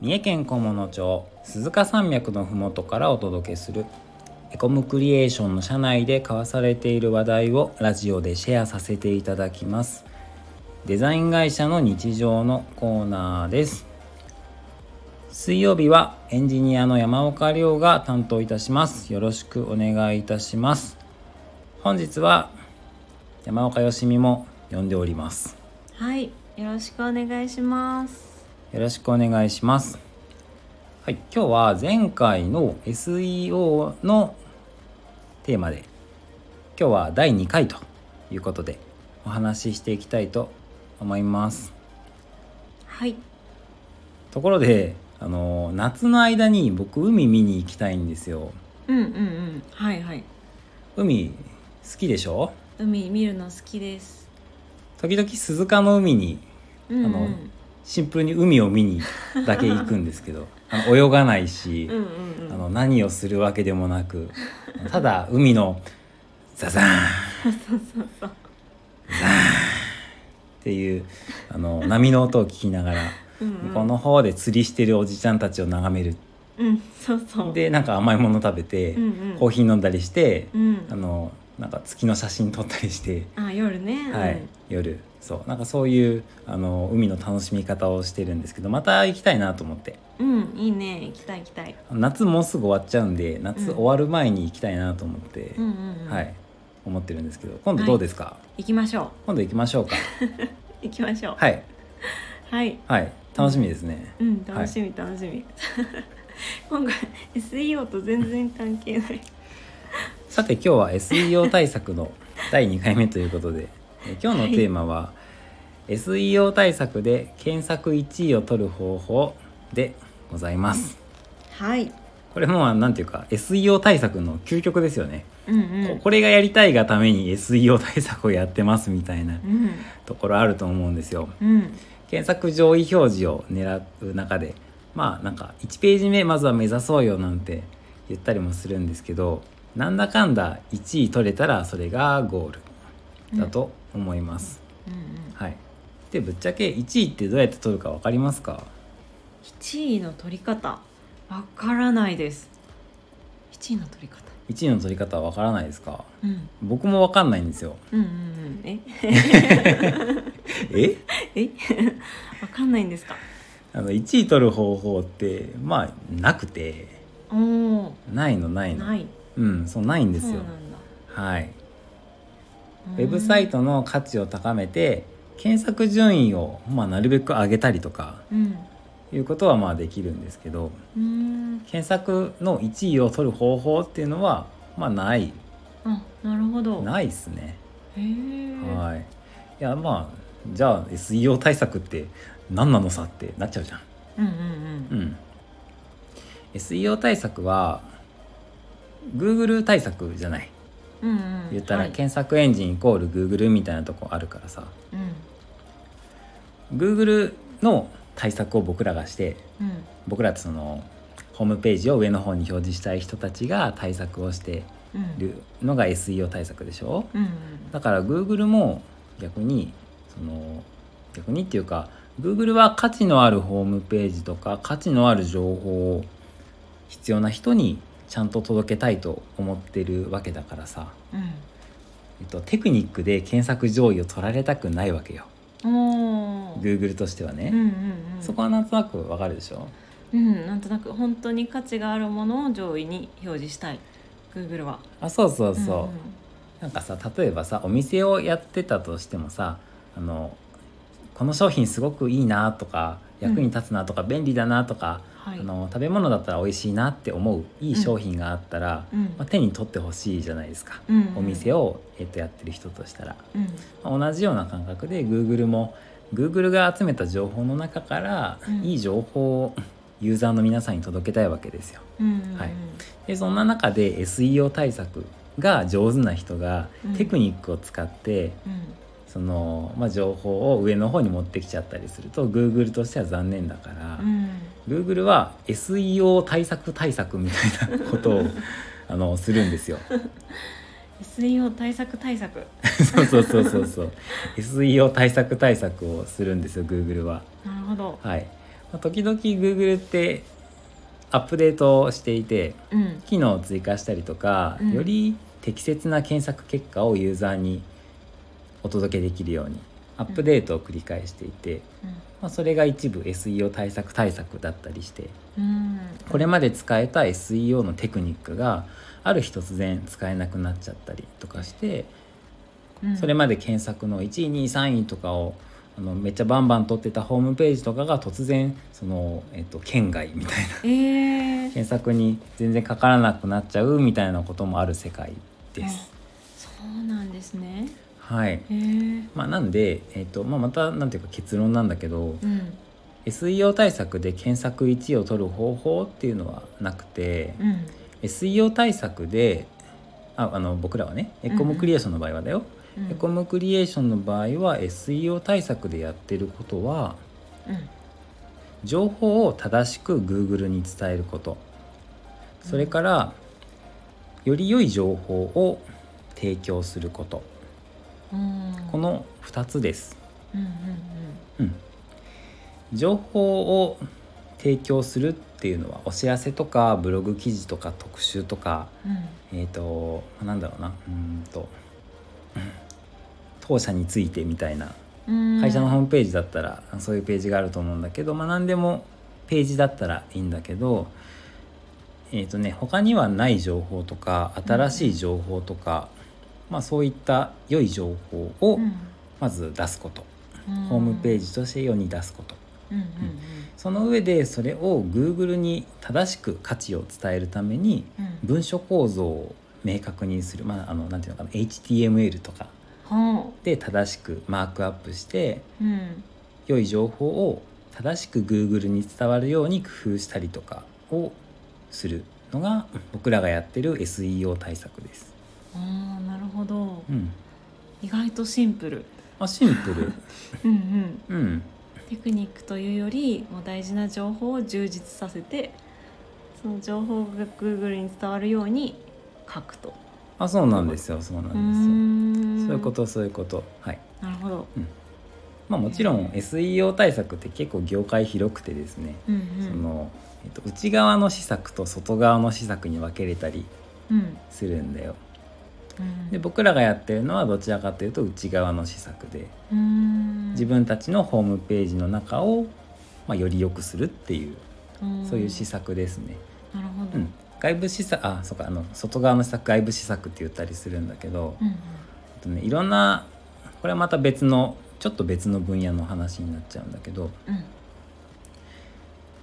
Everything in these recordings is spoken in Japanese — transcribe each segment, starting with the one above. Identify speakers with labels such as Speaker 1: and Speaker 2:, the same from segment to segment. Speaker 1: 三重県菰野町鈴鹿山脈のふもとからお届けするエコムクリエーションの社内で交わされている話題をラジオでシェアさせていただきますデザイン会社の日常のコーナーです水曜日はエンジニアの山岡亮が担当いたしますよろしくお願いいたします本日は山岡よしみも呼んでおります
Speaker 2: はい、よろしくお願いします。
Speaker 1: よろしくお願いします。はい、今日は前回の SEO のテーマで今日は第2回ということでお話ししていきたいと思います。
Speaker 2: はい。
Speaker 1: ところで、あの夏の間に僕海見に行きたいんですよ。
Speaker 2: うんうんうん。はいはい。
Speaker 1: 海好きでしょ？
Speaker 2: 海見るの好きです。
Speaker 1: 時々鈴鹿の海に
Speaker 2: うん、うん。
Speaker 1: あのシンプルに海を見にだけ行くんですけ ど、あの泳がないし、
Speaker 2: うんうんうん。
Speaker 1: あの何をするわけでもなく ただ海のザザーンザーンっていうあの波の音を聞きながら
Speaker 2: うんうん、
Speaker 1: 向こうの方で釣りしてるおじちゃんたちを眺める
Speaker 2: うん、そうそう。
Speaker 1: でなんか甘いもの食べて
Speaker 2: うんうん。
Speaker 1: コーヒー飲んだりして
Speaker 2: うん。
Speaker 1: あのなんか月の写真撮ったりして、
Speaker 2: あ、夜ね。
Speaker 1: はい、夜そうなんかそういうあの海の楽しみ方をしてるんですけどまた行きたいなと思って
Speaker 2: うん。うん、いいね。行きたい行きたい。
Speaker 1: 夏もうすぐ終わっちゃうんで夏
Speaker 2: うん
Speaker 1: 終わる前に行きたいなと思って。
Speaker 2: うんうん、うん。
Speaker 1: はい。、思ってるんですけど今度どうですか、
Speaker 2: 行きましょ
Speaker 1: 今度行きましょうか
Speaker 2: う。行きましょう。
Speaker 1: はい
Speaker 2: はい。
Speaker 1: はい楽しみですね、
Speaker 2: うん、楽しみ、楽しみ。 今回 SEO と全然関係ない。
Speaker 1: さて今日は SEO 対策 の第2回目ということでえ今日のテーマは、SEO 対策で検索1位を取る方法でございます
Speaker 2: はい。
Speaker 1: これもうなんていうか SEO 対策の究極ですよね、
Speaker 2: うんう
Speaker 1: こ
Speaker 2: ん。
Speaker 1: これがやりたいがために SEO 対策をやってますみたいな
Speaker 2: うん。
Speaker 1: ところあると思うんですよ
Speaker 2: うん。
Speaker 1: 検索上位表示を狙う中でまあなんか1ページ目まずは目指そうよなんて言ったりもするんですけどなんだかんだ1位取れたらそれがゴールだと思います、
Speaker 2: うんうん。
Speaker 1: はいでぶっちゃけ1位ってどうやって取るか分かりますか
Speaker 2: 1位の取り方わからないです1位の取り方、
Speaker 1: 1位の取り方は分からないですか
Speaker 2: うん、
Speaker 1: 僕も分かんないんですよ
Speaker 2: うんうんうんえ
Speaker 1: え
Speaker 2: え わかんないんですか
Speaker 1: あの1位取る方法ってまあなくて
Speaker 2: おお
Speaker 1: ないのないの
Speaker 2: ない
Speaker 1: うんそうないんで
Speaker 2: そ
Speaker 1: す
Speaker 2: うな
Speaker 1: よ
Speaker 2: んだ
Speaker 1: はい
Speaker 2: うん
Speaker 1: ウェブサイトの価値を高めて検索順位を、まあ、なるべく上げたりとか
Speaker 2: うん
Speaker 1: いうことはまあできるんですけど
Speaker 2: うーん
Speaker 1: 検索の1位を取る方法っていうのはまあない
Speaker 2: あなるほど
Speaker 1: ないですね。
Speaker 2: へえ
Speaker 1: はい、いやまあじゃあ SEO 対策って何なのさってなっちゃうじゃん。
Speaker 2: うんうんう
Speaker 1: うんん、SEO 対策は Google 対策じゃない
Speaker 2: うんうん
Speaker 1: 言った
Speaker 2: は
Speaker 1: ら
Speaker 2: い
Speaker 1: 検索エンジンイコール Google みたいなとこあるからさ。
Speaker 2: うん
Speaker 1: Google の対策を僕らがして
Speaker 2: うん
Speaker 1: 僕らってそのホームページを上の方に表示したい人たちが対策をして
Speaker 2: うん
Speaker 1: るのが SEO 対策でしょ
Speaker 2: うん
Speaker 1: だから Google も逆にその逆にっていうか Google は価値のあるホームページとか価値のある情報を必要な人にちゃんと届けたいと思ってるわけだからさ、えっと、テクニックで検索上位を取られたくないわけよ
Speaker 2: うんおお
Speaker 1: Google としてはね。
Speaker 2: うんうんうん
Speaker 1: そこはなんとなくわかるでしょ
Speaker 2: うんなんとなく本当に価値があるものを上位に表示したい Google は
Speaker 1: あそうそうそう、
Speaker 2: んん
Speaker 1: なんかさ例えばさお店をやってたとしてもさあのこの商品すごくいいなとか
Speaker 2: うん
Speaker 1: 役に立つなとか、便利だなとか、
Speaker 2: はい
Speaker 1: あの食べ物だったら美味しいなって思ういい商品があったら、
Speaker 2: うん
Speaker 1: まあ、手に取ってほしいじゃないですか、
Speaker 2: うんうん
Speaker 1: お店を、えっとやってる人としたら、
Speaker 2: うん
Speaker 1: まあ同じような感覚で Google も Google が集めた情報の中から、
Speaker 2: うん
Speaker 1: いい情報をユーザーの皆さんに届けたいわけですよ。
Speaker 2: うんうんうん
Speaker 1: はいでそんな中で SEO 対策が上手な人が
Speaker 2: うん
Speaker 1: テクニックを使って、そのまあ、情報を上の方に持ってきちゃったりすると Google としては残念だから
Speaker 2: うんう、ん
Speaker 1: Google は SEO 対策対策みたいなこと をあのするんですよ。
Speaker 2: SEO 対策対 策
Speaker 1: そうそうそうそうそう SEO 対策対策をするんですよ Google は。
Speaker 2: なるほど
Speaker 1: はい、まあ時々 Google ってアップデートをしていて
Speaker 2: うん
Speaker 1: 機能を追加したりとか、
Speaker 2: うん
Speaker 1: より適切な検索結果をユーザーにお届けできるようにアップデートを繰り返していて、まあ、それが一部 SEO 対策対策だったりして
Speaker 2: うん
Speaker 1: これまで使えた SEO のテクニックがある日突然使えなくなっちゃったりとかして
Speaker 2: うん
Speaker 1: それまで検索の1位2位3位とかをあのめっちゃバンバン取ってたホームページとかが突然その、えっと、県外みたいな
Speaker 2: えー
Speaker 1: 検索に全然かからなくなっちゃうみたいなこともある世界です。
Speaker 2: そうなんですね
Speaker 1: はい
Speaker 2: えー
Speaker 1: まあ、なんで、えっとまあ、またなんていうか結論なんだけど
Speaker 2: うん
Speaker 1: SEO 対策で検索1位を取る方法っていうのはなくて
Speaker 2: うん
Speaker 1: SEO 対策でああの僕らはねエコムクリエーションの場合はだよ、
Speaker 2: うん
Speaker 1: エコムクリエーションの場合は SEO 対策でやってることは
Speaker 2: うん
Speaker 1: 情報を正しく Google に伝えることそれからより良い情報を提供すること
Speaker 2: うん
Speaker 1: この2つです、
Speaker 2: うんうん
Speaker 1: うん、情報を提供するっていうのはお知らせとかブログ記事とか特集とか
Speaker 2: うんうん
Speaker 1: えっ、となんだろうなうーんと うん当社についてみたいな
Speaker 2: うん
Speaker 1: 会社のホームページだったらそういうページがあると思うんだけど、まあ、何でもページだったらいいんだけど、えーとね、他にはない情報とか新しい情報とか、まあ、そういった良い情報をまず出すこと、ホームペー
Speaker 2: ジ
Speaker 1: ジとして世に出すこと
Speaker 2: うんうん
Speaker 1: その上でそれを Google に正しく価値を伝えるために
Speaker 2: うんうん
Speaker 1: 文書構造を明確にする、まあ、あのなんていうのかな HTML とか
Speaker 2: は
Speaker 1: で正しくマークアップして
Speaker 2: あうん
Speaker 1: 良い情報を正しく Google に伝わるように工夫したりとかをするのが僕らがやってる SEO 対策です。
Speaker 2: ああなるほど
Speaker 1: うん、
Speaker 2: 意外とシンプル
Speaker 1: まあシンプル、
Speaker 2: うん うん
Speaker 1: うん、
Speaker 2: テクニックというよりもう大事な情報を充実させてその情報が Google に伝わるように書くと
Speaker 1: あそうなんですよそうな
Speaker 2: うん
Speaker 1: ですよ。
Speaker 2: ーん
Speaker 1: そういうことそういうことはい。
Speaker 2: なるほど、
Speaker 1: まあもちろん SEO 対策って結構業界広くてですね、
Speaker 2: うんうん、
Speaker 1: そのえっと、内側の施策と外側の施策に分けれたり
Speaker 2: うん
Speaker 1: するんだよ。
Speaker 2: うん
Speaker 1: で僕らがやってるのはどちらかというと内側の施策で。
Speaker 2: うーん
Speaker 1: 自分たちのホームページの中を、まあ、より良くするっていう
Speaker 2: うん
Speaker 1: そういう施策ですね。
Speaker 2: なるほど、
Speaker 1: う
Speaker 2: うん
Speaker 1: ん、外部施策あそうかあの外側の施策外部施策って言ったりするんだけど、
Speaker 2: うん
Speaker 1: えっとね、いろんなこれはまた別のちょっと別の分野の話になっちゃうんだけど
Speaker 2: うん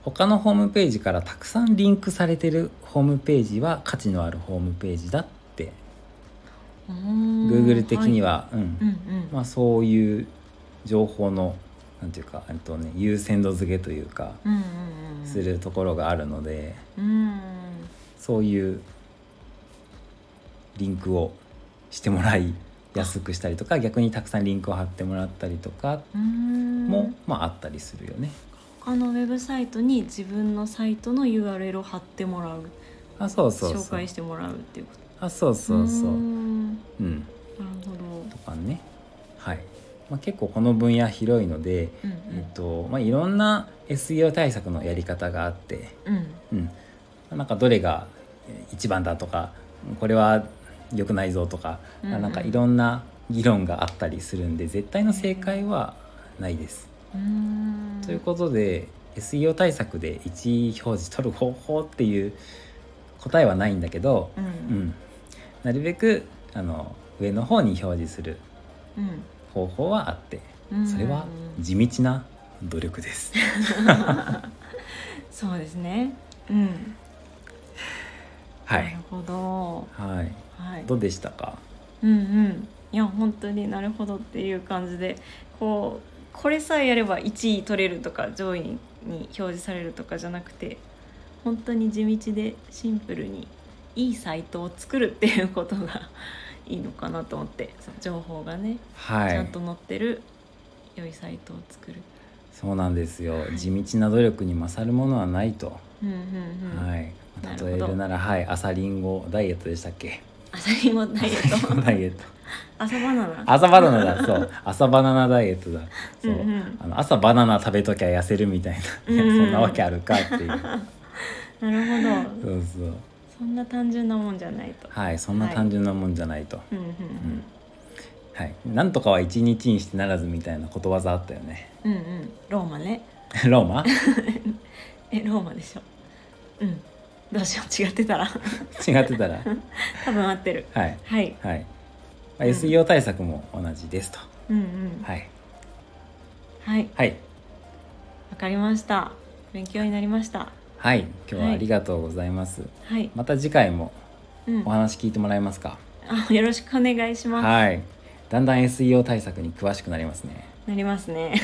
Speaker 1: 他のホームページからたくさんリンクされてるホームページは価値のあるホームページだって
Speaker 2: うーん
Speaker 1: Google 的には、うん
Speaker 2: いうんうん
Speaker 1: まあ、そういう情報のなんていうか、えっとね、優先度付けというか。
Speaker 2: うんうんうん
Speaker 1: するところがあるので
Speaker 2: うん
Speaker 1: そういうリンクをしてもらいやすくしたりとか逆にたくさんリンクを貼ってもらったりとか
Speaker 2: うーん
Speaker 1: も、まああったりするよね。
Speaker 2: 他のウェブサイトに自分のサイトの URL を貼ってもらう
Speaker 1: あそうそう
Speaker 2: 紹
Speaker 1: そう
Speaker 2: 介してもらうっていうこと
Speaker 1: あそうそうそう
Speaker 2: ー
Speaker 1: うん
Speaker 2: なんるほど
Speaker 1: とかねはい、まあ、結構この分野広いので、
Speaker 2: うん
Speaker 1: えっとまあ、いろんな SEO 対策のやり方があって
Speaker 2: うんうん
Speaker 1: うん、なんかどれがえー一番だとかこれは良くないぞとか、
Speaker 2: うんうん
Speaker 1: なんかいろんな議論があったりするんで絶対の正解はないです。
Speaker 2: うーん
Speaker 1: ということで SEO 対策で1位表示取る方法っていう答えはないんだけど、
Speaker 2: う
Speaker 1: うんん、なるべくあの上の方に表示する
Speaker 2: うん
Speaker 1: 方法はあって
Speaker 2: うん
Speaker 1: それは地道な努力 です。
Speaker 2: そうですねうん
Speaker 1: は
Speaker 2: ないる、ほど
Speaker 1: はい、
Speaker 2: はい
Speaker 1: どうでしたか
Speaker 2: うんうんいや本当になるほどっていう感じでこうこれさえやれば1位取れるとか上位に表示されるとかじゃなくて本当に地道でシンプルにいいサイトを作るっていうことがいいのかなと思ってその情報がね、
Speaker 1: はい、
Speaker 2: ちゃんと載ってる良いサイトを作る。
Speaker 1: そうなんですよ、地道な努力に勝るものはないと、
Speaker 2: うんうんうん
Speaker 1: はい
Speaker 2: なるほど
Speaker 1: 例えるならはい朝リンゴダイエットでしたっけ
Speaker 2: 朝にもダイエ ット
Speaker 1: ダイエット
Speaker 2: 朝バナナ
Speaker 1: 朝バナナ だそう朝バナナダイエットだそう、
Speaker 2: うんうん
Speaker 1: あの朝バナナ食べときゃ痩せるみたいな、いや
Speaker 2: うんう ん
Speaker 1: そんなわけあるかっていう
Speaker 2: なるほど
Speaker 1: そうそう
Speaker 2: そんな単純なもんじゃないと
Speaker 1: はいそんな単純なもんじゃないと、
Speaker 2: うんうん
Speaker 1: はい、なんとかは一日にしてならずみたいなことわざあったよね
Speaker 2: うんうんうんローマね
Speaker 1: ローマ
Speaker 2: えローマでしょうんどうしよう違ってたら
Speaker 1: 違ってたら
Speaker 2: 多分合ってる
Speaker 1: はい
Speaker 2: はい
Speaker 1: はい、まあ SEO 対策も同じですと、
Speaker 2: うんうん
Speaker 1: はい
Speaker 2: はい
Speaker 1: はい
Speaker 2: わかりました勉強になりました
Speaker 1: はい今日はありがとうございます、
Speaker 2: はい、
Speaker 1: また次回も
Speaker 2: うん
Speaker 1: お、話聞いてもらえますか、
Speaker 2: あよろしくお願いします、
Speaker 1: はいだんだん SEO 対策に詳しくなりますね
Speaker 2: なりますね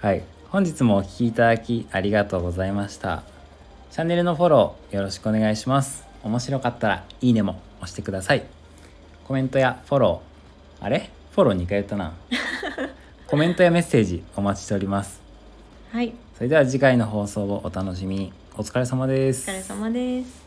Speaker 1: はい本日もお聞きいただきありがとうございましたチャンネルのフォローよろしくお願いします面白かったらいいねも押してくださいコメントやフォローあれフォロー2回言った なコメントやメッセージお待ちしております
Speaker 2: はい
Speaker 1: それでは次回の放送をお楽しみにお疲れ様で
Speaker 2: お
Speaker 1: す
Speaker 2: 疲れ様です